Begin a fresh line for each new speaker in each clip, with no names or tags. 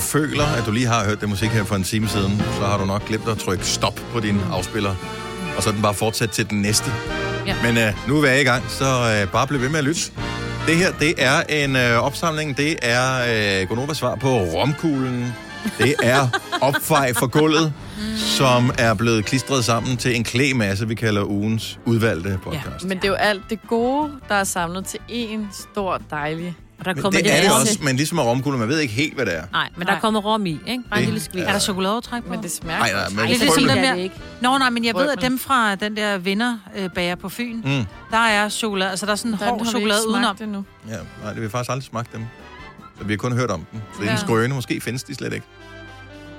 føler, at du lige har hørt den musik her for en time siden, så har du nok glemt at trykke stop på din afspiller. Og så er den bare fortsat til den næste.
Ja.
Men øh, nu er vi i gang, så øh, bare bliv ved med at lytte. Det her, det er en øh, opsamling. Det er øh, Gonovas svar på romkuglen. Det er opfej fra gulvet, som er blevet klistret sammen til en klæmasse, vi kalder ugens udvalgte podcast. Ja.
Men det er jo alt det gode, der er samlet til én stor dejlig.
Og der
Men
kommer
det er det
masse-
også, men ligesom med romkuglen, man ved ikke helt, hvad det er.
Nej, men der
Nej.
kommer rom i, ikke? Bare en
Det
lille skvis.
er-
Er der chokoladeovertræk på?
Men det smager
Ej, nej,
godt.
men
Ej, det er
prøv
sådan
lige-
der-
Det
mere-
er det ikke.
Nå, nej, men jeg ved, at
Brødmen.
dem fra den der vinderbager på Fyn,
Mm.
der er chokolade, altså der er sådan
Den har
hård
vi ikke
chokolade
smagt
udenom.
endnu.
Ja, nej, det vi har faktisk aldrig smagt dem. Så vi har kun hørt om dem. Så det er en
Ja.
skrøne. Måske findes de slet ikke.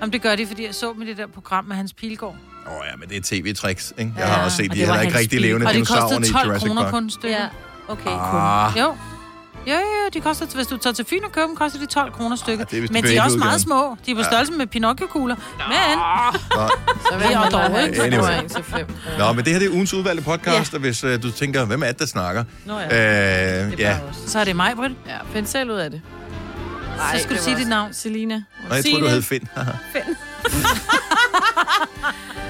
Jamen, det gør de, fordi jeg så med det der program med Hans Pilgaard.
Åh oh, ja, men det er tv-tricks, ikke? Jeg har også set,
og
de
det var
heller ikke
hans
rigtig
bil.
levende
Og det
dinosaurerne
kostede
i
12
Jurassic
kroner
Park.
kun et stykke.
Ja,
Ja.
okay, kun.
Ah,
Jo. Jo, jo, jo, de koster, hvis du tager til Fyn og køber dem, koster de 12 kroner stykket.
Ah, det er vist
men
den
de er også
babyudgaven.
meget små. De er på størrelse med Pinocchio-kugler. Men
Så vil
Det er
jeg
dog
dog
ikke.
ikke. Det
Anyway.
var en til fem.
Nå, men det her det er ugens udvalgte podcast, ja. og hvis øh, du tænker, hvem er det, der snakker?
Nå ja.
ja. Øh,
Det er
ja.
bare os.
så er det mig, Britt.
Ja, find selv ud af det.
Så skal du sige dit navn.
Selina.
Nå, jeg tror du
Signe.
hed Finn. Finn.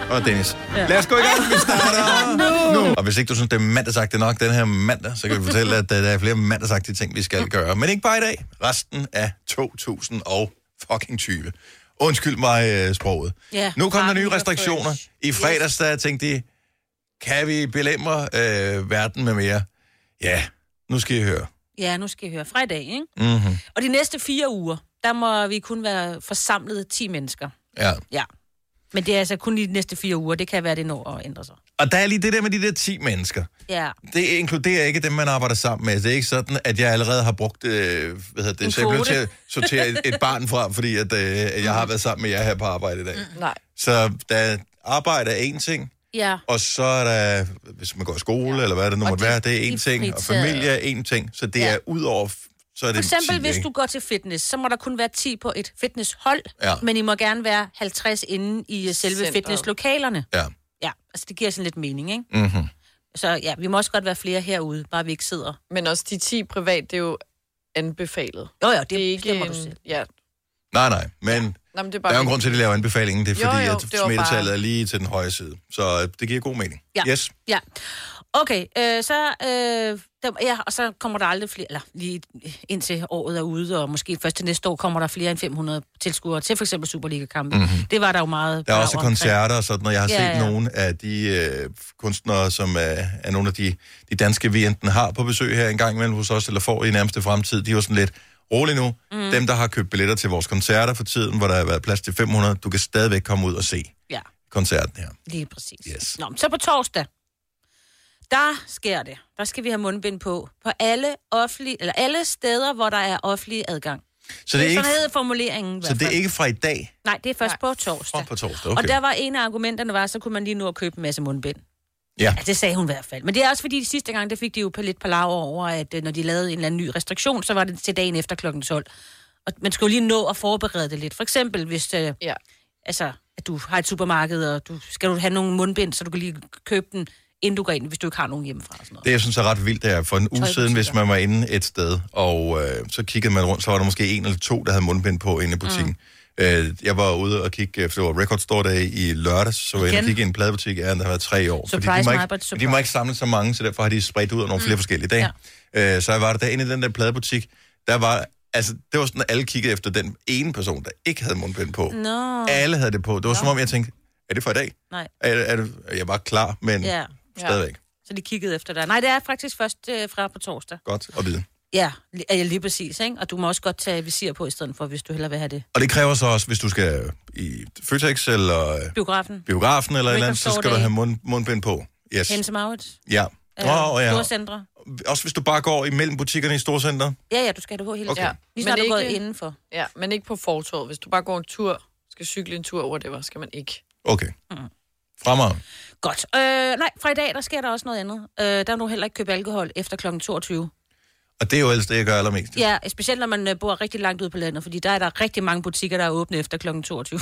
og Dennis. Ja. Lad os gå i gang, vi starter nu. Og hvis ikke du synes, det er mandagsagtigt nok den her mandag, så kan vi fortælle, at øh, der er flere mandagsagtige ting, vi skal gøre. Men ikke bare i dag. Resten af 2020. Undskyld mig øh, sproget.
Ja.
Nu kom der nye
Parken er
restriktioner.
fresh.
I fredags der tænkte de, kan vi belemre øh, verden med mere? Ja, nu skal I høre.
Ja, nu skal I høre. Fra i dag, ikke?
Mm-hmm.
Og de næste fire uger, der må vi kun være forsamlet 10 mennesker.
Ja.
Ja. Men det er altså kun i de næste fire uger. Det kan være, det når at ændre sig.
Og der er lige det der med de der 10 mennesker.
Ja.
Det inkluderer ikke dem, man arbejder sammen med. Det er ikke sådan, at jeg allerede har brugt, øh, hvad hedder det, så jeg blev
kvote.
til at sortere et, et barn fra, fordi at, øh, at jeg har været sammen med jer her på arbejde i dag.
Nej.
Så der arbejde er en ting,
Ja.
og så er der, hvis man går i skole, ja. eller hvad det nu
Og
måtte
de-
være, det er en
de
ting, og
fritager.
familie er en ting. Så det
Ja.
er ud over, f- så er det
For eksempel,
10,
hvis
ikke?
du går til fitness, så må der kun være 10 på et fitnesshold,
Ja.
men I må gerne være 50 inde i øh, selve
Centret.
fitnesslokalerne.
Ja.
Ja, altså det giver sådan lidt mening, ikke?
Mm-hmm.
Så ja, vi må også godt være flere herude, bare vi ikke sidder.
Men også de 10 privat, det er jo anbefalet.
Jo, jo, det,
Det er ikke
bestemmer
en...
du selv.
Ja.
Nej, nej, men
Nå, men det
Der
er bare...
er jo en grund til, at de laver anbefalingen. Det er
Jo,
fordi,
jo,
at
det var
smittetallet
bare-
er lige til den høje side. Så øh, det giver god mening.
Ja.
Yes.
Ja. Okay, øh, så, øh, der, ja, og så kommer der aldrig flere, eller lige indtil året er ude, og måske først til næste år kommer der flere end 500 tilskuere til for eksempel Superliga-kampe. Mm-hmm. Det var der jo meget.
Mhm. Der er
brav
også
omkring.
koncerter og sådan, og jeg har
Ja,
set
ja.
nogle af de øh, kunstnere, som øh, er nogle af de, de danske, vi enten har på besøg her en gang imellem hos os, eller får i nærmeste fremtid, de er jo sådan lidt rolig nu. Mm. Dem, der har købt billetter til vores koncerter for tiden, hvor der har været plads til 500, du kan stadigvæk komme ud og se
Ja.
koncerten her.
Lige præcis.
Yes.
Nå, men så på torsdag, der sker det. Der skal vi have mundbind på. På alle, offentlige, eller alle steder, hvor der er offentlig adgang.
Så
Det
det
er
er ikke,
sådan hedder formuleringen. i
så
hvert
det er
fald.
ikke fra i dag
Nej, det er først på
og
torsdag.
på torsdag.
Okay. Og
Okay.
der var en af argumenterne, var, så kunne man lige nu at købe en masse mundbind.
Ja.
Ja, det sagde hun i hvert fald. Men det er også fordi, de sidste gang, der fik de jo lidt palaver over, at øh, når de lavede en eller anden ny restriktion, så var det til dagen efter klokken 12. Og man skulle jo lige nå at forberede det lidt. For eksempel, hvis øh,
Ja.
altså, at du har et supermarked, og du skal du have nogle mundbind, så du kan lige købe den, inden du går ind, hvis du ikke har nogen hjemmefra. Og sådan noget.
Det, jeg synes er ret vildt, det er, for en uge siden, hvis man var inde et sted, og øh, så kiggede man rundt, så var der måske en eller to, der havde mundbind på inde i butikken. Mm. Øh, jeg var ude og kigge, øh, for det var Record Store Day i lørdags, så var jeg inde og
Igen?
kigge i en pladebutik, ja, der har været tre år. fordi
Surprise,
de, må ikke,
Majbert,
men de må ikke samle så mange, så derfor har de spredt ud over nogle mm. flere forskellige dage. Ja. Øh, så jeg var der derinde i den der pladebutik, der var, altså, det var sådan, at alle kiggede efter den ene person, der ikke havde mundbind på. Mm.
Nå,
Alle havde det på. Det var som om, jeg tænkte, er det for i dag?
nej.
Er, er det, jeg var klar, men ja.
Ja,
stadigvæk.
så de kiggede efter dig. Nej, det er faktisk først øh, fra på torsdag.
Godt at vide.
Ja, li- ja, lige præcis, ikke? Og du må også godt tage visir på i stedet for, hvis du hellere vil have det.
Og det kræver så også, hvis du skal øh, i Føtex eller øh,
Biografen.
biografen eller et eller andet, så
Store
skal du
Dage.
have mund, mundbind på. Yes.
Hense Maurits.
Ja. Oh, ja.
Storcentre.
Også hvis du bare går imellem butikkerne i Storcenter.
Ja, ja, du skal have det på hele
Okay.
okay.
Ja.
tiden. Lige snart
Men
du er
ikke-
gået indenfor.
ja, men ikke på fortorvet. Hvis du bare går en tur, skal cykle en tur, whatever, skal man ikke.
Okay.
Mm.
Fremad.
Godt. Øh, nej, fra i dag, der sker der også noget andet. Øh, der må du heller ikke købe alkohol efter kl. 22.
Og det er jo ellers det, jeg gør allermest.
Ja, specielt når man øh, bor rigtig langt ude på landet, fordi der er der rigtig mange butikker, der er åbne efter kl. 22.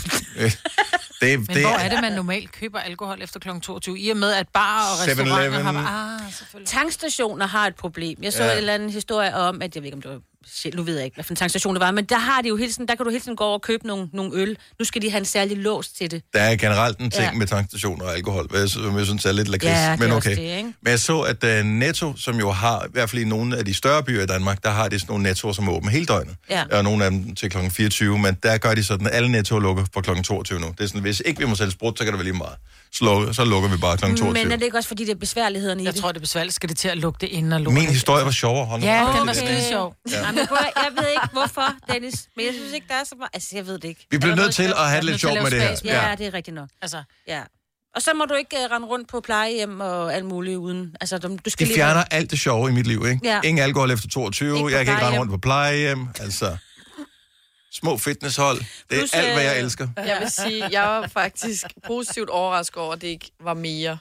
Det,
Men det hvor er det, man normalt køber alkohol efter kl. 22? I og med, at barer og
7-Eleven.
restauranter har... Ah, selvfølgelig.
Tankstationer har et problem. Jeg så
Ja.
ja. en eller anden historie om, at jeg ved ikke, om det var shit, nu ved jeg ikke, hvad for en tankstation det var, men der har de jo hele tiden, der kan du hele tiden gå over og købe nogle, nogle øl. Nu skal de have en særlig lås til det.
Der er generelt en ting ja.
Ja.
med tankstationer og alkohol, hvad jeg, sy- som jeg synes er lidt lakrids,
Ja, det er
men
også
okay.
det, ikke?
men jeg så, at uh, Netto, som jo har, i hvert fald i nogle af de større byer i Danmark, der har de sådan nogle Nettoer, som er åbne hele døgnet.
Ja.
Og nogle af dem til kl. 24, men der gør de sådan, at alle Nettoer lukker fra kl. 22 nu. Det er sådan, hvis ikke vi må sælge sprut, så kan det være lige meget. Så lukker, så lukker vi bare kl. 22.
Men er det ikke også, fordi det er besværlighederne i
Jeg
det?
tror, det er besværligt. Skal det til at lukke det ind og lukke
Min historie var sjovere. Hold nu
Ja,
op.
den var skide sjov.
Ja. Jamen, prøv, at- jeg ved ikke, hvorfor, Dennis, men jeg synes ikke, der er så meget... Altså, jeg ved det ikke.
Vi bliver nødt til at have det
Jeg er
lidt
nødt til
sjovt
at
med det
lave
her.
spas.
Ja, ja. det er rigtigt nok.
Altså,
Ja. Og så må du ikke uh, rende rundt på plejehjem og alt muligt uden... Altså, du, du skal
De
lige...
fjerner alt det sjove i mit liv, ikke?
Ja.
Ingen alkohol efter 22,
Ikke på
jeg kan ikke rende
plejehjem.
rundt på plejehjem, altså... Små fitnesshold, det er
Plus,
alt, hvad jeg
øh,
elsker.
Jeg vil sige, jeg var faktisk positivt overrasket over, at det ikke var mere.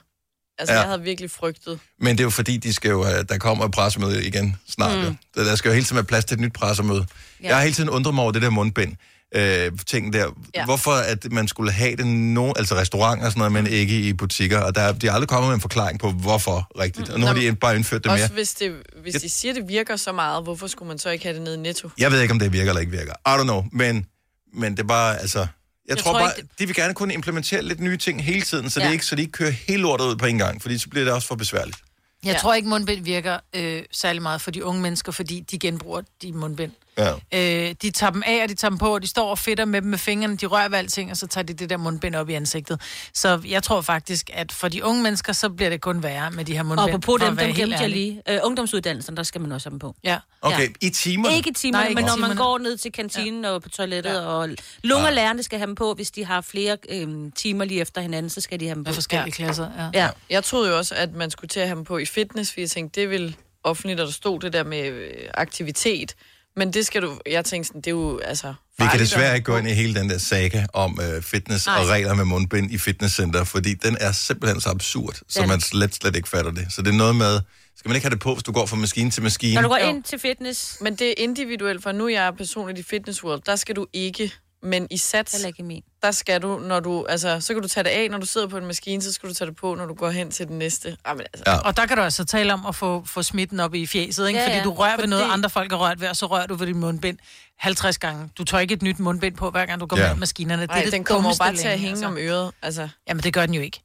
Altså,
Ja.
ja. jeg havde virkelig frygtet.
Men det er jo fordi, de skal jo, have- der kommer et pressemøde igen snart. Mm. Jo. Der skal jo hele tiden være plads til et nyt pressemøde. Ja.
Ja.
Jeg har hele tiden undret mig over det der mundbind. Øh, ting der. Ja.
Ja.
Hvorfor at man skulle have det no, altså restauranter og sådan noget,
Mm.
men ikke i butikker. Og der, er- de er aldrig kommet med en forklaring på, hvorfor rigtigt.
Mm.
Og nu har
Nå,
de bare indført det mere.
Også hvis, det, hvis de siger, det virker så meget, hvorfor skulle man så ikke have det nede i netto?
Jeg ved ikke, om det virker eller ikke virker. I don't know, men, men det er bare, altså... Jeg, jeg tror,
tror
tror bare,
ikke,
ikke... de vil gerne kunne implementere lidt nye ting hele tiden, så, ja. det ikke, så de ikke kører hele lortet ud på en gang, fordi så bliver det også for besværligt.
jeg
Ja.
tror ikke, mundbind virker øh, særlig meget for de unge mennesker, fordi de genbruger de mundbind.
Ja.
Øh, de tager dem af, og de tager dem på, og de står og fedter med dem med fingrene, de rører ved alting, og så tager de det der mundbind op i ansigtet. Så jeg tror faktisk, at for de unge mennesker, så bliver det kun værre med de her
Og
mundbind.
apropos
for at
dem,
være helt
dem glemte jeg
ærlig.
lige. Øh, ungdomsuddannelsen, der skal man også have dem på.
Ja.
Okay, ja. i timer.
Ikke i timerne,
Nej, ikke
men
i
når man
timerne.
går ned til kantinen ja. og på toilettet, ja. og lunge og lærerne skal have dem på, hvis de har flere øhm, timer lige efter hinanden, så skal de have dem på.
Med forskellige klasser, ja.
Ja. ja.
Jeg troede jo også, at man skulle til at have dem på i fitness, fordi jeg tænkte, det ville offentligt, og der stod det der med øh, aktivitet. Men det skal du... Jeg tænkte sådan, det er jo altså...
Vi kan
farligt
desværre
at-
ikke gå ind i hele den der saga om øh, fitness Ej.
Nej.
og regler med mundbind i fitnesscenter, fordi den er simpelthen så absurd, så
Den-
man slet, slet ikke fatter det. Så det er noget med, skal man ikke have det på, hvis du går fra maskine til maskine?
Når du går
Jo.
ind til fitness,
Men det er individuelt, for nu jeg er personligt i Fitness World, der skal du ikke, men i sats,
heller ikke i min.
der skal du, når du, altså, så kan du tage det af, når du sidder på en maskine, så skal du tage det på, når du går hen til den næste. Ej, men altså,
Ja.
ja.
Og der kan du altså tale om at få, få smitten op i fjeset, ikke?
Ja,
Ja, fordi
ja.
du rører ved noget,
Fordi-
andre folk har rørt ved, og så rører du ved din mundbind 50 gange. Du tør ikke et nyt mundbind på, hver gang du går
Ja.
ja. med maskinerne. Det er
Ej,
det
den kommer jo
dummeste
bare til at
længe,
hænge altså. om øret. Altså,
Jamen, det gør den jo ikke.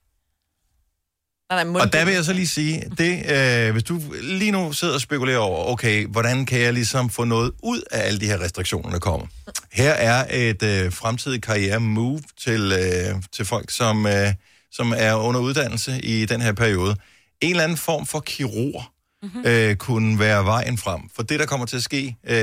nej, nej,
Og der vil jeg så lige sige, det, øh, hvis du lige nu sidder og spekulerer over, okay, hvordan kan jeg ligesom få noget ud af alle de her restriktioner, der kommer? Her er et øh, fremtidigt karriere-move til, øh, til folk, som, øh, som er under uddannelse i den her periode. En eller anden form for kirurg mm-hmm. øh, kunne være vejen frem. For det, der kommer til at ske, øh,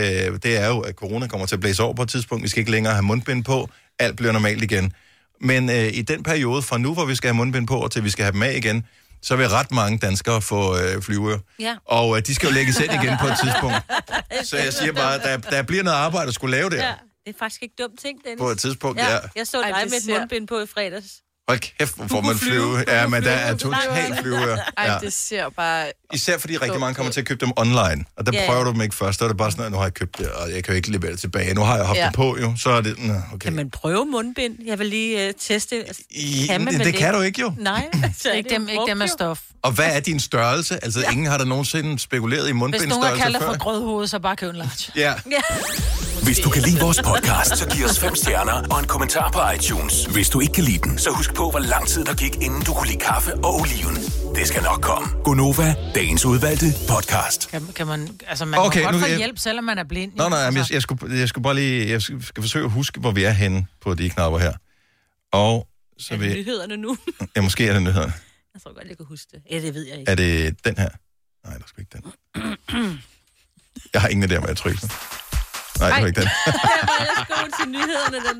det er jo, at corona kommer til at blæse over på et tidspunkt. Vi skal ikke længere have mundbind på. Alt bliver normalt igen. Men øh, i den periode fra nu, hvor vi skal have mundbind på, og til vi skal have dem af igen, så vil ret mange danskere få øh, flyveører.
Ja.
Og øh, de skal jo lægges ind igen på et tidspunkt. Så jeg siger bare, der, der bliver noget arbejde at skulle lave der ja.
Ja. Det er faktisk ikke dumt ting, Dennis.
på et tidspunkt. Ja.
ja.
Ja.
Jeg så dig
Ej, det
med et
ser-
mundbind på i fredags.
Hold kæft, hvor får
kunne
man
flyve,
flyve.
du
Ja,
kunne
men der
flyve,
er
du kunne
totalt flyveører.
Ej,
Ja.
det ser bare...
Især fordi rigtig mange kommer
ud.
til at købe dem online. Og der
Ja, ja.
prøver du dem ikke først. Så er det bare sådan, at nu har jeg købt det, og jeg kan jo ikke levere det tilbage. Nu har jeg haft
Ja.
det på jo. Så er det, nå, okay.
Kan man prøve mundbind? Jeg vil lige uh, teste. Altså,
I,
kan man
det,
vel
det kan
ikke?
du ikke jo.
Nej, så
Ikke dem, ikke dem af stof.
Og hvad er din størrelse? Altså, ingen har da nogensinde spekuleret i
Hvis nogen har
mundbindstørrelse
kaldt dig
altså før.
for grødhoved, så bare køb en large.
Ja.
Hvis du kan lide vores podcast, så giv os fem stjerner og en kommentar på iTunes. Hvis du ikke kan lide den, så husk på, hvor lang tid der gik, inden du kunne lide kaffe og oliven. Det skal nok komme. Gonova, dagens udvalgte podcast.
Kan, kan man, altså, man
Okay,
okay, kan
nu
godt få
kan jeg-
hjælp, selvom man er blind.
Nå,
ikke?
nej, men jeg,
Altså,
jeg, skulle, jeg skulle bare lige... Jeg skal, skal forsøge at huske, hvor vi er henne på de knapper her. Og så vil jeg...
Nyhederne nu.
Ja, måske er det nyhederne.
Jeg tror godt, jeg kan huske det. Ja, det ved jeg ikke.
Er det den her? Nej, det er sgu ikke den. Jeg har ingen idé om, hvad jeg trykker. på. Nej, det var ikke den.
Jeg skal til nyhederne, den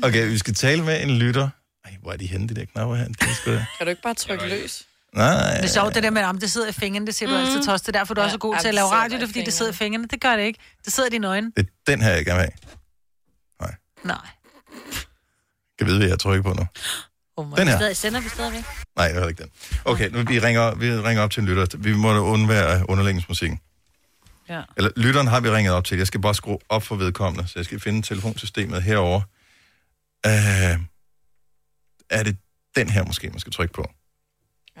der.
Okay, vi skal tale med en lytter. Ej, hvor er de henne, de der knapper her? Det er sgu...
Kan du ikke bare trykke løs?
Nej.
Det er sjovt, det der med, om det sidder i fingrene, det siger du altid, Toste. Derfor er du
Mhm. Ja,
også så god
ja,
til at
det
lave
sidder
radio, det
i
er fordi, det
fingrene.
sidder i fingrene. Det gør det ikke. Det sidder i dine øjne.
Det er den her, jeg gerne vil have.
Nej.
Kan vide, hvad jeg trykker på nu.
Oh my
Den her.
Stadig, sender vi stadigvæk.
Nej, det var ikke den. Okay, nu vi ringer, vi ringer op til en lytter. Vi må da undvære underlægningsmusikken.
Ja.
Eller lytteren har vi ringet op til. Jeg skal bare skrue op for vedkommende, så jeg skal finde telefonsystemet herover. Øh, er det den her måske, man skal trykke på?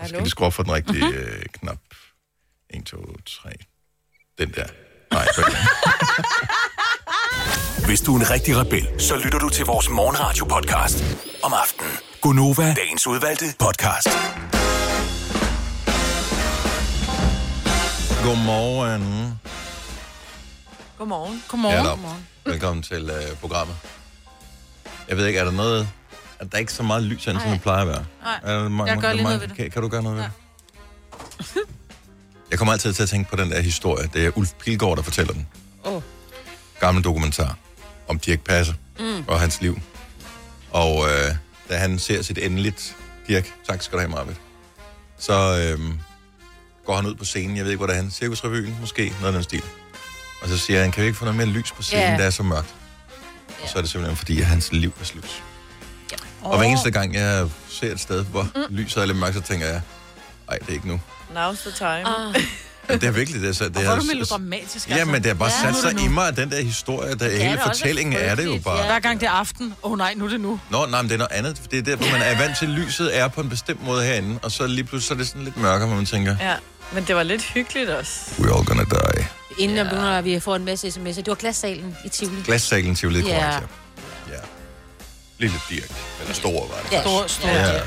Jeg skal
Hallo?
Mhm.
øh, lige skrue op for den rigtige mm-hmm. knap. 1, 2, 3. den der. Nej, okay.
Hvis du er en rigtig rebel, så lytter du til vores morgenradio-podcast om aftenen. Gunova, dagens udvalgte podcast.
Godmorgen.
Godmorgen.
Ja,
Godmorgen.
dog. Velkommen til øh, programmet. Jeg ved ikke, er der noget... Er der ikke så meget lys herinde, som det plejer at være?
Nej.
Er der mange,
Jeg gør
er der
lige noget
mange-
ved det.
Kan, kan du gøre noget ved det? Jeg kommer altid til at tænke på den der historie. Det er Ulf Pilgaard, der fortæller den.
Åh.
Gammel dokumentar om Dirk Passer mm. og hans liv. Og øh, da han ser sit endeligt... Dirk, tak skal du have, Marvitt. Så øh, går han ud på scenen. Jeg ved ikke, hvor det er han. Cirkusrevyen måske. Noget af den stil. Og så siger han, kan vi ikke få noget mere lys på scenen,
Ja.
yeah. der er så mørkt? Yeah. Og så er det simpelthen, fordi at hans liv er slut. Yeah. Og hver eneste gang, jeg ser et sted, hvor mm. lyset er lidt mørkt, så tænker jeg, nej, det er ikke nu.
Now's the time.
Ah,
Ja, det er virkelig det. Så det
Hvor er du
s-
melodramatisk,
Ja,
altså?
men det er bare
altså. Ja.
sat
Nu er det
sig
nu.
i mig, at den der historie, der
er
hele
da også
fortællingen er det jo
frygteligt,
bare.
ja.
Hver gang det er aften. Åh oh, nej, nu er det nu.
Nå, nej, men det er noget andet. Det er derfor, man er vant til, at lyset er på en bestemt måde herinde, og så lige pludselig så er det sådan lidt mørkere, hvor man tænker,
Ja, men det var lidt hyggeligt også.
we're all gonna die.
inden jeg begynder, at vi får en masse sms'er. Det var glassalen i Tivoli.
Glassalen til lidt
Ja.
korrekt, ja. ja. Lille Dirk, eller stor var det.
Ja.
Stor, stor.
Ja.
Ja.
Ja.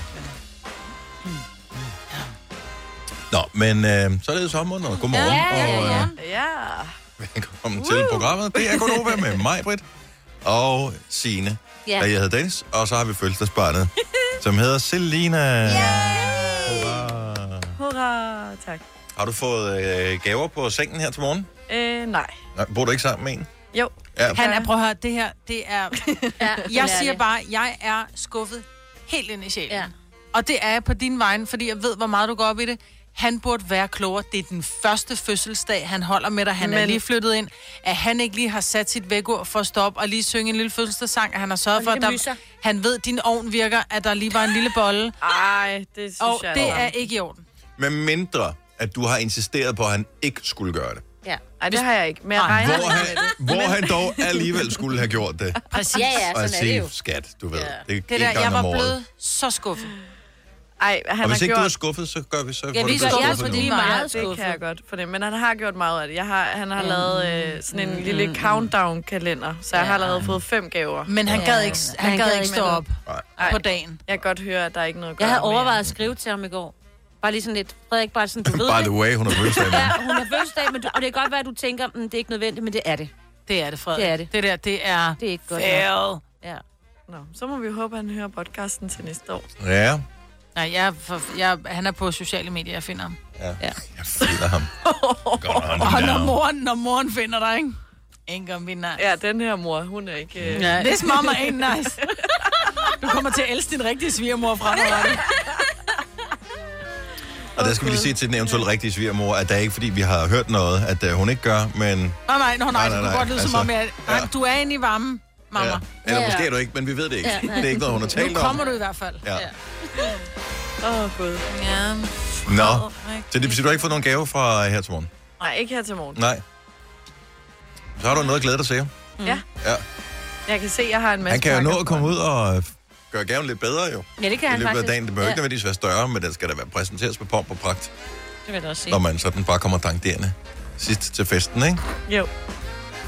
Nå, men øh, så er det sommeren, og godmorgen,
Ja, ja,
og øh,
ja.
Ja.
velkommen til programmet. Det er Gonova med mig, Britt, og Signe,
Ja.
ja. og jeg hedder Dennis, og så har vi fødselsdagsbarnet, som hedder Selina. Hurra.
Hurra, tak.
Har du fået øh, gaver på sengen her til morgen?
Øh, nej.
Nej, bor du ikke sammen med en?
Jo.
Ja,
Han er, prøv at høre, det her, det er...
Ja,
Jeg siger bare, jeg er skuffet helt ind i sjælen.
Ja.
Ja. Og det er jeg på din vegne, fordi jeg ved, hvor meget du går op i det. Han burde være klogere. Det er den første fødselsdag, han holder med dig. Han Men... er
Men-
lige flyttet ind. At han ikke lige har sat sit vækord for at stoppe og lige synge en lille fødselsdagssang. At han har sørget for, at
lille
der...
myser.
han ved, at din ovn virker, at der lige var en lille bolle.
Ej, det synes
Og
jeg
det
altså.
er ikke i orden.
med mindre, at du har insisteret på, at han ikke skulle gøre det.
Ja,
Ej, det har jeg ikke. Men jeg regner
Hvor han, hvor han dog alligevel skulle have gjort det.
Præcis.
ja, ja
og at
sådan er det jo.
sige, skat, du ved, det er
Det
en
der,
gang
jeg var
om året.
blevet så skuffet.
Ej, han
Og hvis
har
ikke
gjort...
du er skuffet, så gør vi så. får
vi
du
gør-
bedst
ja,
skuffet
fordi-
nu.
er meget
det
skuffet.
kan jeg godt fornemme. Men han har gjort meget af det. Jeg har, han har lavet
Mm-hmm.
øh, sådan en lille countdown-kalender, så jeg har allerede fået fem gaver.
Men han gad ikke, han gad ikke stå
med
op
Nej.
på dagen.
Jeg kan godt høre, at der er ikke noget at
Jeg havde
gøre
overvejet at skrive til ham i går. Bare lige sådan lidt, Frederik, bare sådan, du ved
By
det.
the way, hun har fødselsdag. i morgen.
Ja, hun har fødselsdag, men du, og det kan godt være, at du tænker, mm, det er ikke nødvendigt, men det er det.
Det er det, Frederik.
Det er det.
Det der, det er...
Det er ikke godt nok.
Fail.
Ja.
mere. Nå, så må vi håbe, at han hører podcasten til næste år.
Ja,
Nej, jeg, er for, jeg, han er på sociale medier, jeg finder ham.
ja. Jeg finder ham. Godt on
Og når
down.
moren, når moren finder dig, ikke? Ingen om vinder.
Ja, den her mor, hun er ikke... Øh...
Ja. This mama ain't nice. Du kommer til at elske din rigtige svigermor fremadrettet.
Og der skal vi lige sige til den eventuelle rigtige svigermor, at det er ikke fordi, vi har hørt noget, at øh, hun ikke gør, men...
Nej, nej, nej, nej,
nej,
det kunne
nej,
godt lyde
altså,
som om, jeg,
ja.
nej, du er inde i varmen, mamma.
Ja. Eller måske er du ikke, men vi ved det ikke. Det er ikke noget, hun har talt
Nu
om.
kommer du i hvert fald.
Ja.
Åh, oh, gud.
ja.
Nå, så det betyder, du har ikke fået nogen gave fra her til morgen?
Nej, ikke her til morgen.
Nej. Så har du noget at glæde dig til.
Ja.
Ja.
Jeg kan se, at jeg har en masse
Han kan jo nå
pakker
at
foran.
komme ud og øh, gøre gaven lidt bedre, jo.
ja, det kan
I
han
løbet af
faktisk.
dagen. Det behøver ikke
ja,
nødvendigvis være større, men den skal da være præsenteres med pomp og pragt,
det vil jeg også sige.
når man sådan bare kommer dankderende sidst til festen, ikke?
Jo.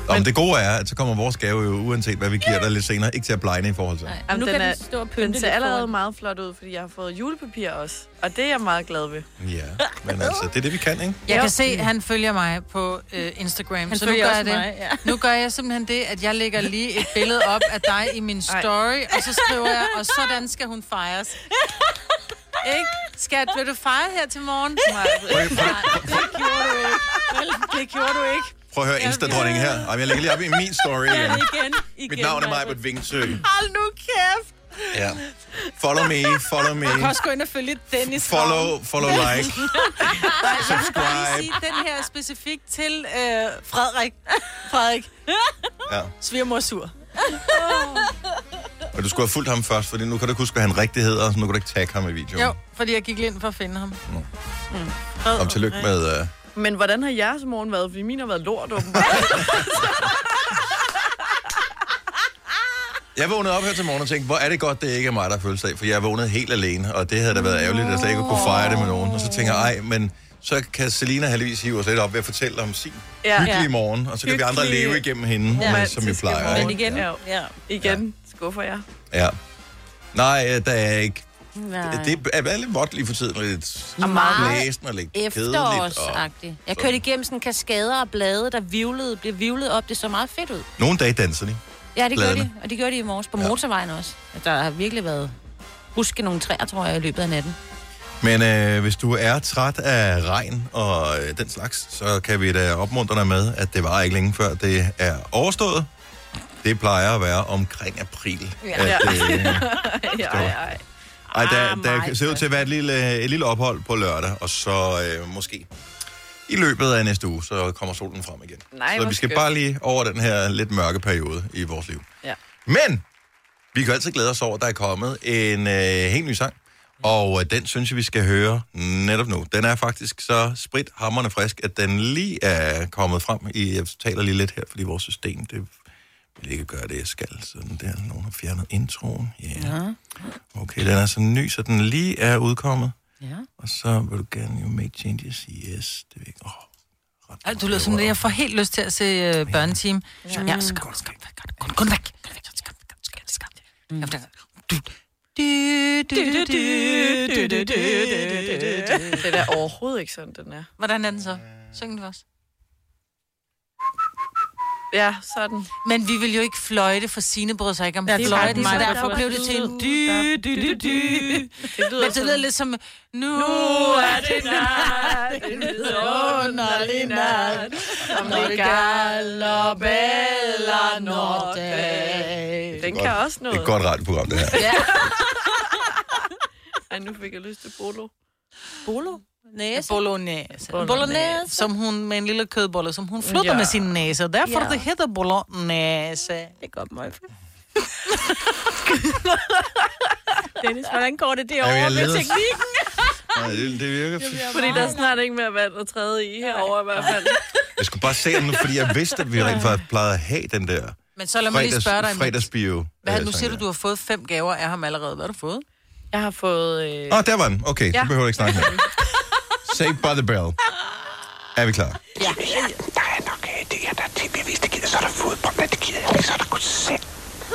Nå, men det gode er, at så kommer vores gave jo, uanset hvad vi giver dig lidt senere, ikke til at blegne i forhold til.
Nej, men
Jamen,
nu
den
kan
er-
den stå og pynte
Den ser
lidt
allerede
foran.
meget flot ud, fordi jeg har fået julepapir også. Og det er jeg meget glad ved.
Ja, men altså, det er det, vi kan, ikke?
Jeg
Ja.
kan se, at han følger mig på øh, Instagram. Han så nu
følger
gør,
også
jeg det.
mig, ja.
nu gør jeg simpelthen det, at jeg lægger lige et billede op af dig i min story, Ej. og så skriver jeg, og sådan skal hun fejres. Ikke? Skat, vil du fejre her til morgen? Nej,
Prøv, prøv,
det gjorde du ikke. Vel, det gjorde du ikke.
prøv at høre Insta-dronningen her. Ej, men jeg lægger lige op i min story igen. Mit navn er Majbert Vingsø.
Hold nu kæft.
Ja. Follow me, follow me.
Du kan også gå ind og følge Dennis. Ravn.
Follow, follow like.
Nej, jeg vil bare
subscribe.
lige sige, den her er specifikt til øh, Frederik. Frederik,
Ja.
svigermor sur.
Og du skulle have fulgt ham først, for nu kan du ikke huske, hvad han rigtig hedder, så nu kan du ikke tagge ham i videoen.
Jo, fordi jeg gik lige ind for at finde ham.
Kom tillykke med... Uh...
Men hvordan har jeres morgen været? Fordi min har været lort, åbenbart.
Jeg vågnede op her til morgen og tænkte, hvor er det godt, det ikke er mig, der har fødselsdag, for jeg vågnede helt alene, og det havde da været ærgerligt, at jeg slet ikke kunne fejre det med nogen. Og så tænker jeg, ej, men så kan Selina heldigvis hive os lidt op ved at fortælle om sin
Ja.
ja, hyggelige
Ja.
morgen, og så kan vi andre
Hyggelige,
leve igennem hende, ja, som vi
romantiske
plejer.
morgen.
ikke?
Men igen,
Ja.
ja.
Igen skuffer jeg.
Ja. Nej, øh, der er ikke...
Nej.
Det er bare lidt vådt lige for tiden, og lidt
Og meget
blæsende og lidt kedeligt. Og...
efterårsagtigt. Jeg kørte igennem sådan kaskader og blade, der vivlede, blev vivlet op. Det så meget fedt ud.
Nogle dage danser de.
Ja, det gjorde de.
Bladene.
Og det gjorde de i morges på
Ja.
motorvejen også. Der har virkelig været huske nogle træer, tror jeg, i løbet af natten.
Men øh, hvis du er træt af regn og øh, den slags, så kan vi da opmuntre dig med, at det var ikke længe før det er overstået. Det plejer at være omkring april. Ja. At, øh,
Ja, ja, ja.
ej, der,
Ah,
der
meget
ser ud til at være et lille, øh, et lille ophold på lørdag, og så øh, måske i løbet af næste uge, så kommer solen frem igen.
Nej,
så
hvor
vi skal
skønt.
bare lige over den her lidt mørke periode i vores liv.
ja.
Men vi kan altid glæde os over, at der er kommet en øh, helt ny sang. Og øh, den synes jeg, vi skal høre netop nu. Den er faktisk så sprit hammerne frisk, at den lige er kommet frem. I, jeg taler lige lidt her, fordi vores system det vil ikke gøre det, jeg skal. Sådan der. Nogen har fjernet introen. Yeah. Ja. Okay, den er så ny, så den lige er udkommet.
Ja.
Og så vil du gerne jo make changes. Yes, det vil ikke. Oh, ret
Ej, du lyder som det. Jeg får helt lyst til at se uh, børneteam. Ja, ja så kom, så kom, væk, kom, kom, kom væk. Kom væk, så kom, kom, så kom, så kom. Ja, for der- Du- du- du- du- du- du- du- du- du- du- du-
Det er da overhovedet ikke sådan, den er.
Hvordan er den så? Syng den for os.
Ja, sådan.
Men vi vil jo ikke fløjte, for Signe bryder sig ikke om
Ja, det er
fløjten,
faktisk
så
mig, der
derfor
får
blev det til en dy, dy, dy, dy.
Det lyder
Men det lyder lidt som, nu er det nat, en vidunderlig nat, om det gælder bella norte.
Den kan også
Det er et
noget.
godt radioprogram, det her.
Ej, nu fik jeg lyst til bolo.
Bolo? Næse?
Bolognese.
Bolognese.
Som hun med en lille kødbolle, som hun flytter ja.
Ja.
med sin næse. og Derfor
Ja.
ja. det hedder bolognese.
Det er godt, Møjfe. Dennis, hvordan går det
Jamen,
derovre
jeg
med
leder-
teknikken?
Nej, det, det virker
Fordi der er snart ikke mere vand at træde i herovre i hvert fald.
Jeg skulle bare se om nu, fordi jeg vidste, at vi rent faktisk plejede at have den der
Men så lad mig lige
fredags,
spørge dig. Fredags,
fredagsbio. Øh,
hvad, nu siger du, du har fået fem gaver af ham allerede. Hvad har du fået?
Jeg har fået... Øh...
Åh, oh, der var den. Okay, ja.
Ja.
så behøver du ikke snakke mere. Saved by the bell. Er vi klar?
Der er nok øh, det her, der er ting, jeg vidste, det gider. Så er der fodbold, men det gider jeg ikke. Så er der koncert,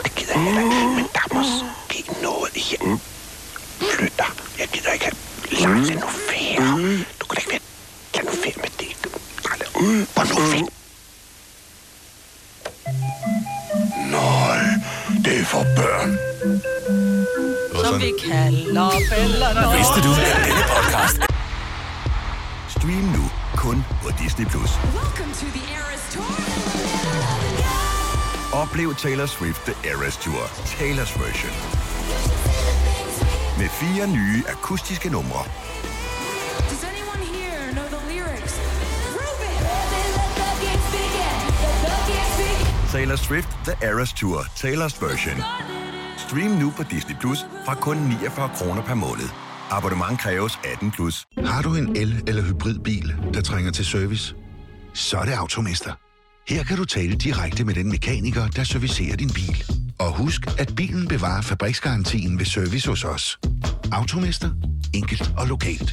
det gider jeg heller ikke. Men der er måske noget her. Flytter. Jeg gider ikke. Lars, lad nu være. Du kan da ikke være. Lad nu være med det. Nej, lad- Hvor nu fint. Nej, det er for børn.
Det var sådan.
kalder bella norte.
Vidste du, at denne podcast... Stream nu kun på Disney+. Plus.
Welcome to the Eras Tour.
Oplev Taylor Swift The Eras Tour, Taylor's version. Med fire nye akustiske numre.
Does anyone here know the lyrics?
Taylor Swift The Eras Tour, Taylor's version. Stream nu på Disney Plus fra kun 49 kroner per måned. Abonnement kræves 18 plus.
Har du en el- eller hybridbil, der trænger til service? Så er det Automester. Her kan du tale direkte med den mekaniker, der servicerer din bil. Og husk, at bilen bevarer fabriksgarantien ved service hos os. Automester. Enkelt og lokalt.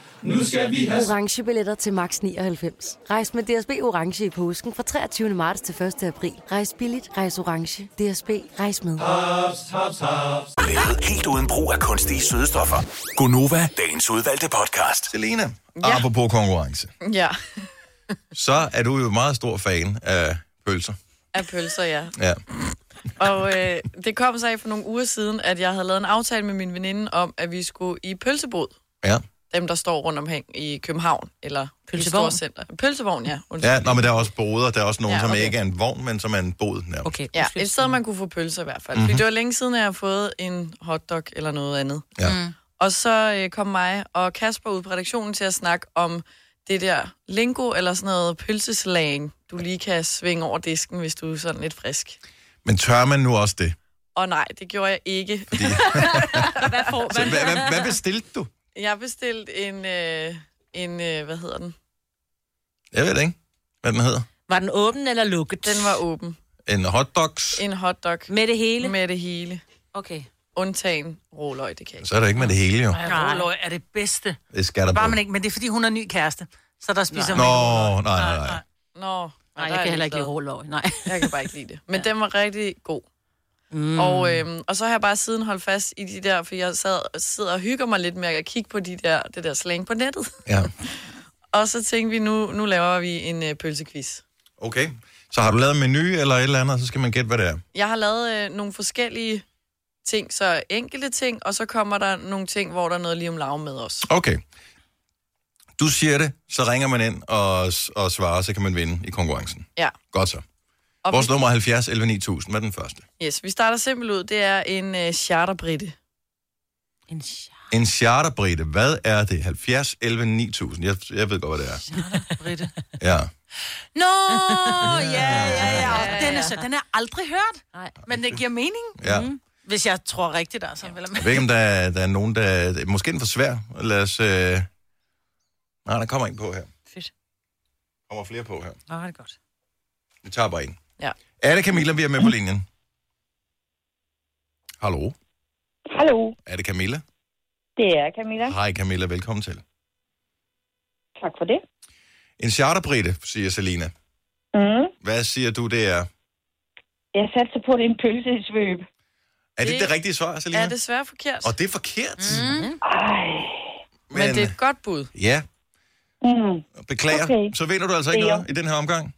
Nu skal vi have
Orange billetter til max 99. Rejs med DSB Orange i påsken fra 23. marts til 1. april. Rejs billigt, rejs orange. DSB, rejs med.
Lavet helt uden brug af kunstige sødestoffer. Gonova, dagens udvalgte podcast.
Selena, ja. apropos konkurrence,
Ja,
så er du jo meget stor fan af pølser.
af pølser, ja.
Ja.
Og øh, det kom så af for nogle uger siden, at jeg havde lavet en aftale med min veninde om, at vi skulle i pølsebod.
Ja.
Dem, der står rundt omkring i København, eller
Pølsevogn?
i Storcenter. Pølsevogn, ja. Undskyld.
ja, nå, men der er også boder. Der er også nogen, ja,
Ja,
okay. som
okay.
ikke er en vogn, men som er en bod nærmest.
Okay,
Ja,
undskyld.
et sted, man kunne få pølser i hvert fald. Mm-hmm. Fordi det var længe siden, at jeg har fået en hotdog eller noget andet.
Ja. Mm.
Og så øh, kom mig og Kasper ud på redaktionen til at snakke om det der lingo eller sådan noget pølseslagen, du lige kan svinge over disken, hvis du er sådan lidt frisk.
Men tør man nu også det?
Og nej, det gjorde jeg ikke. Fordi... hvad får man?
Så, Altså, hvad, hvad, hvad bestilte du?
Jeg bestilte en, øh, en øh, hvad hedder den?
Jeg ved det ikke, hvad den hedder.
Var den åben eller lukket?
Den var åben.
En hotdogs?
En hotdog.
Med det hele?
Med det hele.
Okay.
Undtagen råløg, det kan jeg
Så er det ikke med det hele, jo.
Nej, råløg er det bedste.
Det skal der
Bare
på.
man ikke, ligesom men det er fordi, hun er ny kæreste. Så der spiser
Nå,
hun ikke
nej, nej, nej.
Nå,
Nej, jeg kan heller ikke lide råløg, nej.
Jeg kan bare ikke lide det. Men ja. den var rigtig god. Mm. Og, øhm, og så har jeg bare siden holdt fast i de der, for jeg sad, sidder og hygger mig lidt med at kigge på de der, det der slang på nettet.
Ja.
Og så tænkte vi, nu, nu laver vi en øh, pølsequiz.
Okay. Så har du lavet en menu eller et eller andet, så skal man gætte, hvad det er.
Jeg har lavet øh, nogle forskellige ting, så enkelte ting, og så kommer der nogle ting, hvor der er noget lige om lav med os.
Okay. Du siger det, så ringer man ind og, og svarer, så kan man vinde i konkurrencen.
Ja.
Godt så.
Og
Vores nummer er 70 11 9000. Hvad er den første?
Yes, vi starter simpelthen ud. Det er en øh, charterbritte.
En
En charterbrite. Hvad er det? 70 11 9000. Jeg, jeg ved godt, hvad det er.
Britte.
Ja.
Nå, ja, ja, ja. Den er, så, den er aldrig hørt. Nej. Men det giver mening.
Ja.
Mhm. Hvis jeg tror rigtigt, altså. Ja.
Jeg ved ikke, om der er, der er nogen, der... Måske er den for svær. Lad os... Øh... Nej, der kommer en på her.
Fedt.
kommer flere på her.
Nå, det er godt.
Vi tager bare en.
Ja.
Er det Camilla, vi er med på linjen? Hallo?
Hallo,
Er det Camilla?
det er Camilla.
Hej Camilla, velkommen til.
Tak for det.
En charterbrite, siger Selina.
Mm.
Hvad siger du, det er?
Jeg satte sig på, at det er en pølsesvøb.
Er det det, det rigtige svar, Selina?
Er desværre forkert.
Og det er forkert.
Mm.
Men,
Men det er et godt bud.
Ja,
Mm.
beklager.
Okay.
Okay. Så vinder du altså ikke
Det er
noget i den her omgang.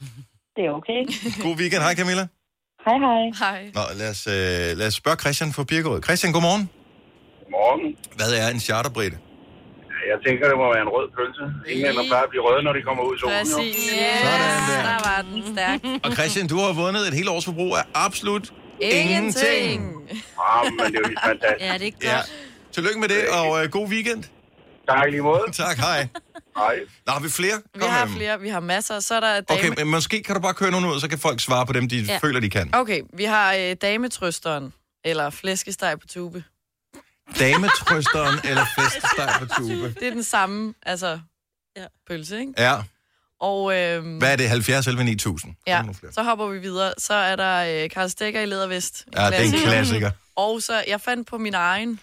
Det er okay.
God weekend. Hej Camilla.
Hej, hej.
Hej.
Nå, lad os, øh, lad os spørge Christian fra Birkerød. Christian, godmorgen.
Morgen.
Hvad er en charterbrite?
Jeg tænker, det må være en rød pølse. Ingen af dem plejer at blive røde, når de kommer ud i solen. jo.
Præcis. Yes, Sådan der. der var den stærk.
Og Christian, du har vundet et helt års forbrug af absolut ingenting.
Ingenting.
Ah, men det er jo helt fantastisk.
Ja, det er godt.
Ja. Tillykke med det, og øh, god weekend.
Tak lige måde.
tak, hej.
Hej.
Der har vi flere.
Vi
Kom
har
med dem.
flere, vi har masser. Så er der dame...
Okay, men måske kan du bare køre nogle ud, så kan folk svare på dem, de
Ja.
ja. føler, de kan.
Okay, vi har øh, dametrøsteren, eller flæskesteg på tube.
Dametrøsteren eller feststeg på tube.
Det er den samme, altså, ja. pølse, ikke?
Ja.
Og øh,
Hvad er det? 70 11 9000?
ja, så hopper vi videre. Så er der øh, Karl Stikker i Ledervest.
Ja, det er en klassiker.
Og så, jeg fandt på min egen,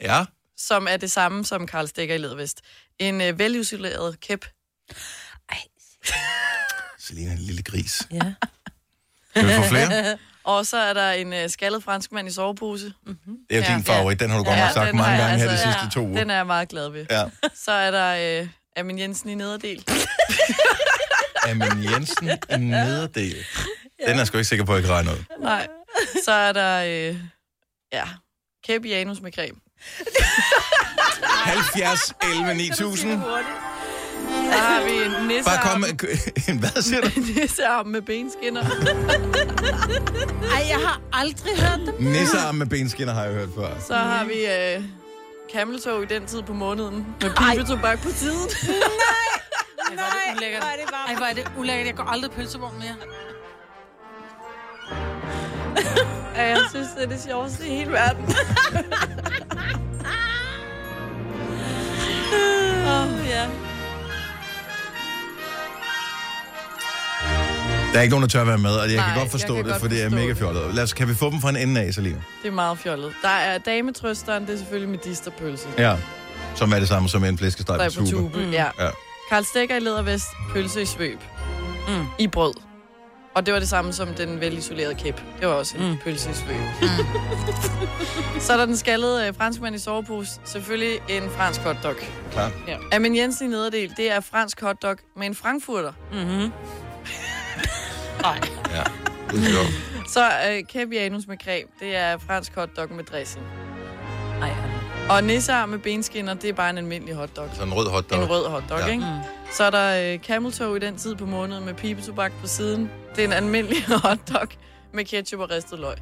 Ja.
som er det samme som Karl Stikker i Ledervest. En øh, velisoleret kæp.
Selina, en lille gris.
Ja.
Kan vi få flere?
Og så er der en øh, skaldet franskmand i sovepose.
Uh.
Mm-hmm.
Det er jo din favorit. Den har du godt nok sagt mange gange her de sidste to uger.
altså, Den er jeg meget glad ved.
Ja.
Så er der øh, Amin Jensen i nederdel.
Amin Jensen i nederdel. Den er jeg sgu ikke sikker på, at jeg kan regne ud.
Nej. Så er der, øh, ja, kæp i anus med creme.
70 11 9000.
Så har vi en nisse
Bare kom med... en Hvad siger du?
Nissearm med benskinner.
Ej, jeg har aldrig hørt dem.
Nissearm med benskinner har jeg hørt før.
Så har vi øh, kameltog i den tid på måneden. Med pibetobak på tiden.
Nej, ulækkert. Ej, hvor er det ulækkert. Jeg går aldrig i pølsevogn mere.
Ja, jeg synes, det er det sjoveste i hele verden. oh, ja.
Der er ikke nogen, der tør være med, og jeg
Nej,
kan godt forstå
jeg kan
det,
godt
for det er
forstå
mega fjollet. Lad os, kan vi få dem fra en ende af, Selina?
Det er meget fjollet. Der er dametrøsteren, det er selvfølgelig med disterpølse.
Ja. Som er det samme som en flæskesteg
Steg
på tube.
Mm. Ja.
Ja.
Karl Stikker i lædervest, pølse i svøb. Mm. I brød. Og det var det samme som den velisolerede kæp. Det var også en mm. pølse i svøb. Mm. Så er der den skaldede øh, franskmand i sovepose. Selvfølgelig en fransk hotdog.
Klart.
Ja. Amin Jensen i nederdel, det er fransk hotdog med en frankfurter. Mm-hmm. Nej.
Ja. Det er sjovt.
Så øh, kæp i anus med creme, det er fransk hotdog med dressing. Ej, og nissearm med benskinner, det er bare en almindelig hotdog.
Så en rød hotdog.
En rød hotdog,
Ja.
ja. ikke? Mm. Så er der øh, kameltog i den tid på måneden med pibetobak på siden. Det er en almindelig hotdog med ketchup og ristet løg.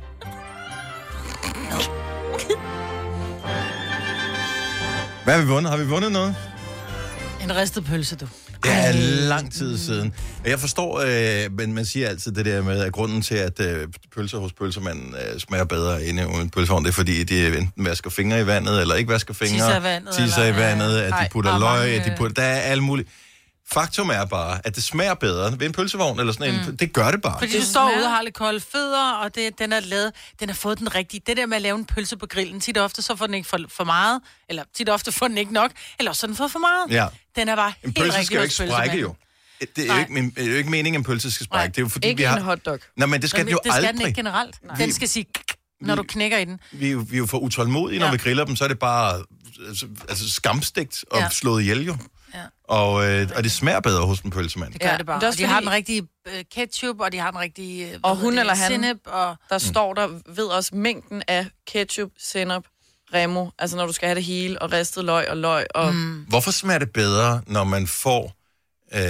Hvad har vi vundet? Har vi vundet noget?
En ristet pølse, du.
Det er lang tid siden. Og Jeg forstår, øh, men man siger altid det der med, at grunden til, at øh, pølser hos pølsemanden øh, smager bedre end uden pølseovn, det er fordi, de enten vasker fingre i vandet, eller ikke vasker fingre.
Tisser i vandet,
Tisser i
eller-
vandet, at
Ej,
de putter
og
løg,
mange-
at de putter... Der er alt muligt. Faktum er bare, at det smager bedre ved en pølsevogn eller sådan en. Det gør det bare.
Mm. Fordi du står ude og har lidt kolde fødder, og det, den er lavet, den har fået den rigtige. Det der med at lave en pølse på grillen, tit og ofte så får den ikke for, for meget, eller tit og ofte får den ikke nok, eller også så har den får for meget.
Ja.
Den er bare
En
helt
pølse
rigtig
skal jo
hos
ikke sprække,
pølsemanden.
jo. Det er, jo ikke, men, det er jo ikke meningen, at en pølse skal sprække. Det er jo fordi,
Ikke
vi har...
en hotdog.
Nej, men det skal
Nå,
den jo
det skal den
aldrig.
ikke generelt. Nej. Den skal sige, kik, når du knækker i den.
vi, er jo- vi er jo for utålmodige, når
Ja.
vi griller dem, så er det bare altså, altså skamstegt og
Ja.
ja. slået ihjel jo.
Ja.
Og, øh, og det smager bedre hos en pølsemand.
Det gør ja, det bare.
men det
Det
er også
de har
fordi-
den rigtige øh, ketchup, og de har den rigtige øh,
Og
hvad
hun
hedder
eller
det,
han,
Sennep, og...
Mm.
der står der, ved også mængden af ketchup, sennep, remo. Altså når du skal have det hele, og ristet løg og løg. Og... Mm.
Hvorfor smager det bedre, når man får øh,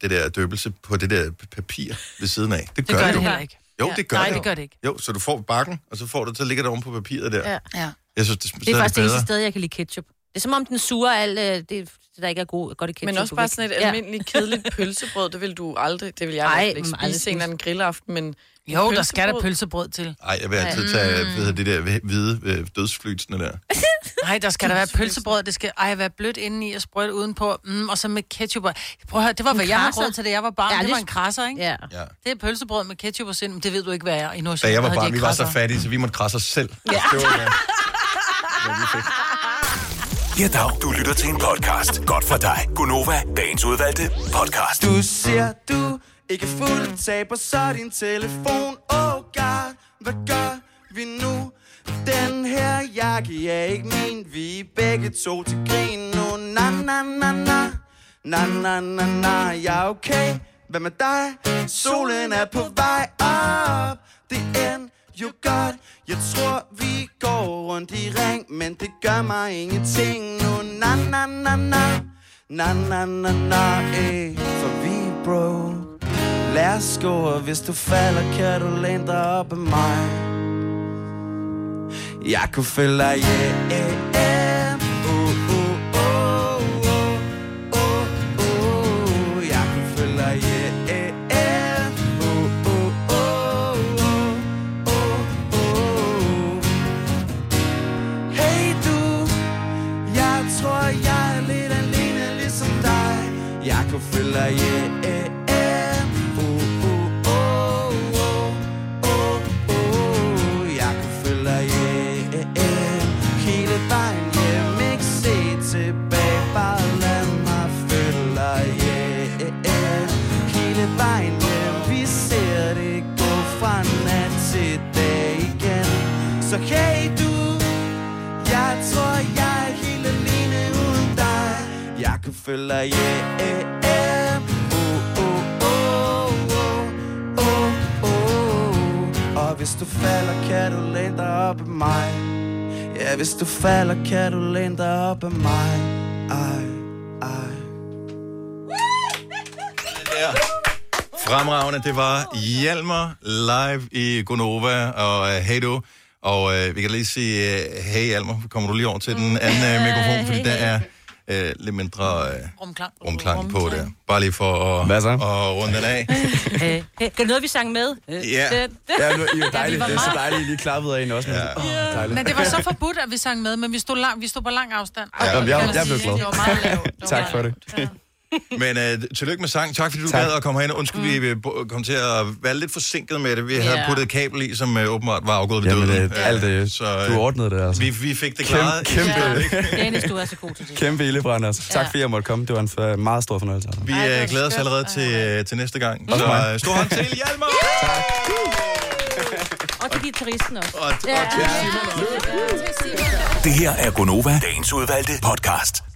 det der døbelse på det der p- papir ved siden af? Det
gør
jo.
det heller ikke.
Jo,
Ja.
det gør
Nej,
det.
det
jo.
gør det ikke.
Jo, så du får bakken, og så, får du, så ligger det oven på papiret der.
Ja. ja.
Jeg synes, det, så
Det er faktisk det eneste
bedre.
sted, jeg kan lide ketchup. Det er som om, den suger alt øh, det, det, der ikke er god, godt i ketchup.
Men også bare sådan et almindeligt kedeligt pølsebrød, det vil du aldrig, det vil jeg
Ej,
Ej, ikke
men
spise
aldrig
til en eller anden grillaften, men...
Jo, der skal der pølsebrød til.
Ej, jeg vil altid tage hvad hedder det der hvide øh, dødsflytsende der.
Nej, der skal der være pølsebrød. Det skal ej, være blødt indeni og sprødt udenpå. Mm, og så med ketchup. og- Prøv at høre, det var,
En
hvad jeg har
krasser.
råd til, da jeg var barn.
Ja,
Ja, det
det-
var en krasser, ikke?
Ja.
Ja.
Det er pølsebrød med ketchup og sind. Det ved du ikke, hvad jeg er i Nordsjælland.
Da jeg var
der havde
barn,
de
vi var så
krasser.
fattige, så vi måtte krasse os selv. Ja.
Ja, dag. Du lytter til en podcast. Godt for dig. Gunova, dagens udvalgte podcast.
Du siger du ikke fuld taber så din telefon Oh god, hvad gør vi nu? Den her jakke er ikke min Vi er begge to til grin nu Na na na na Na na na na Ja okay, hvad med dig? Solen er på vej op Det end jo godt Jeg tror vi går rundt i ring Men det gør mig ingenting nu Na na na na Na na na na eh. For vi er bro Lad os gå, og hvis du falder Kan du læne dig op af mig Jeg kunne følge dig yeah, eh, eh. Oh, oh, oh, oh. Oh, oh, oh. Jeg kunne følge dig yeah, eh, eh. Oh, oh, oh, oh. Oh, oh. Hey du, jeg tror, jeg er lidt alene ligesom dig. Jeg kunne følge dig, yeah, yeah, yeah. Uh, uh, oh, oh, oh, oh. Jeg kunne følge dig, yeah, yeah, yeah. Hele vejen hjem, ikke se tilbage. Bare lad mig følge dig, yeah, yeah, yeah. Hele vejen hjem, vi ser det gå fra nat til dag igen. Så hey du, jeg tror, jeg er helt alene uden dig. Jeg kan følge dig, yeah, yeah, yeah. Oh, oh, oh, oh, oh, oh. Og hvis du falder, kan du læne dig op af mig. Ja, hvis du falder, kan du læne dig op af mig. Ej, ej.
Fremragende, det var Hjalmar live i Gonova og uh, Hey Du. Og uh, vi kan lige sige, uh, hey Hjalmar, kommer du lige over til den anden uh, mikrofon, fordi der er uh, lidt mindre uh,
Rumklang.
rumklang på der. Bare lige for at, at runde den af.
Hey, hey, Øh, kan noget, vi sang med?
Ja.
Ja, nu, I er jo
Ja, vi
dejligt.
var
det er så
meget-
dejligt, I lige klappede af en også. Ja. Oh, dejligt.
Men det var så forbudt, at vi sang med, men vi stod, lang, vi stod på lang afstand.
Ja,
Og
jeg-
det
jeg
kan man
blev
sige,
glad.
Det var meget lavt. Det var
Tak
meget
for
lavt.
det.
Men uh, tillykke med sang. Tak fordi du gad at komme herind. Undskyld, vi øh, bo- kom til at være lidt forsinket med det. Vi havde
Ja.
puttet et kabel i, som uh, åbenbart var afgået ved
Jamen,
døden.
øh, alt, øh, du ordnede det, altså.
Vi, vi fik det
Kæmpe-
klaret. i
kæmpe-
øjeblik.
Dennis, du er så god til det.
Kæmpe ildebrænd, altså. Tak fordi jeg måtte komme. Det var en f- meget stor fornøjelse. altså.
Vi øh, glæder os allerede til, øh, til næste gang.
Også
Så
mig.
øh, stor hånd til Hjalmar!
Og til guitaristen også.
Og, og
ja.
Det her er Gonova, dagens udvalgte podcast.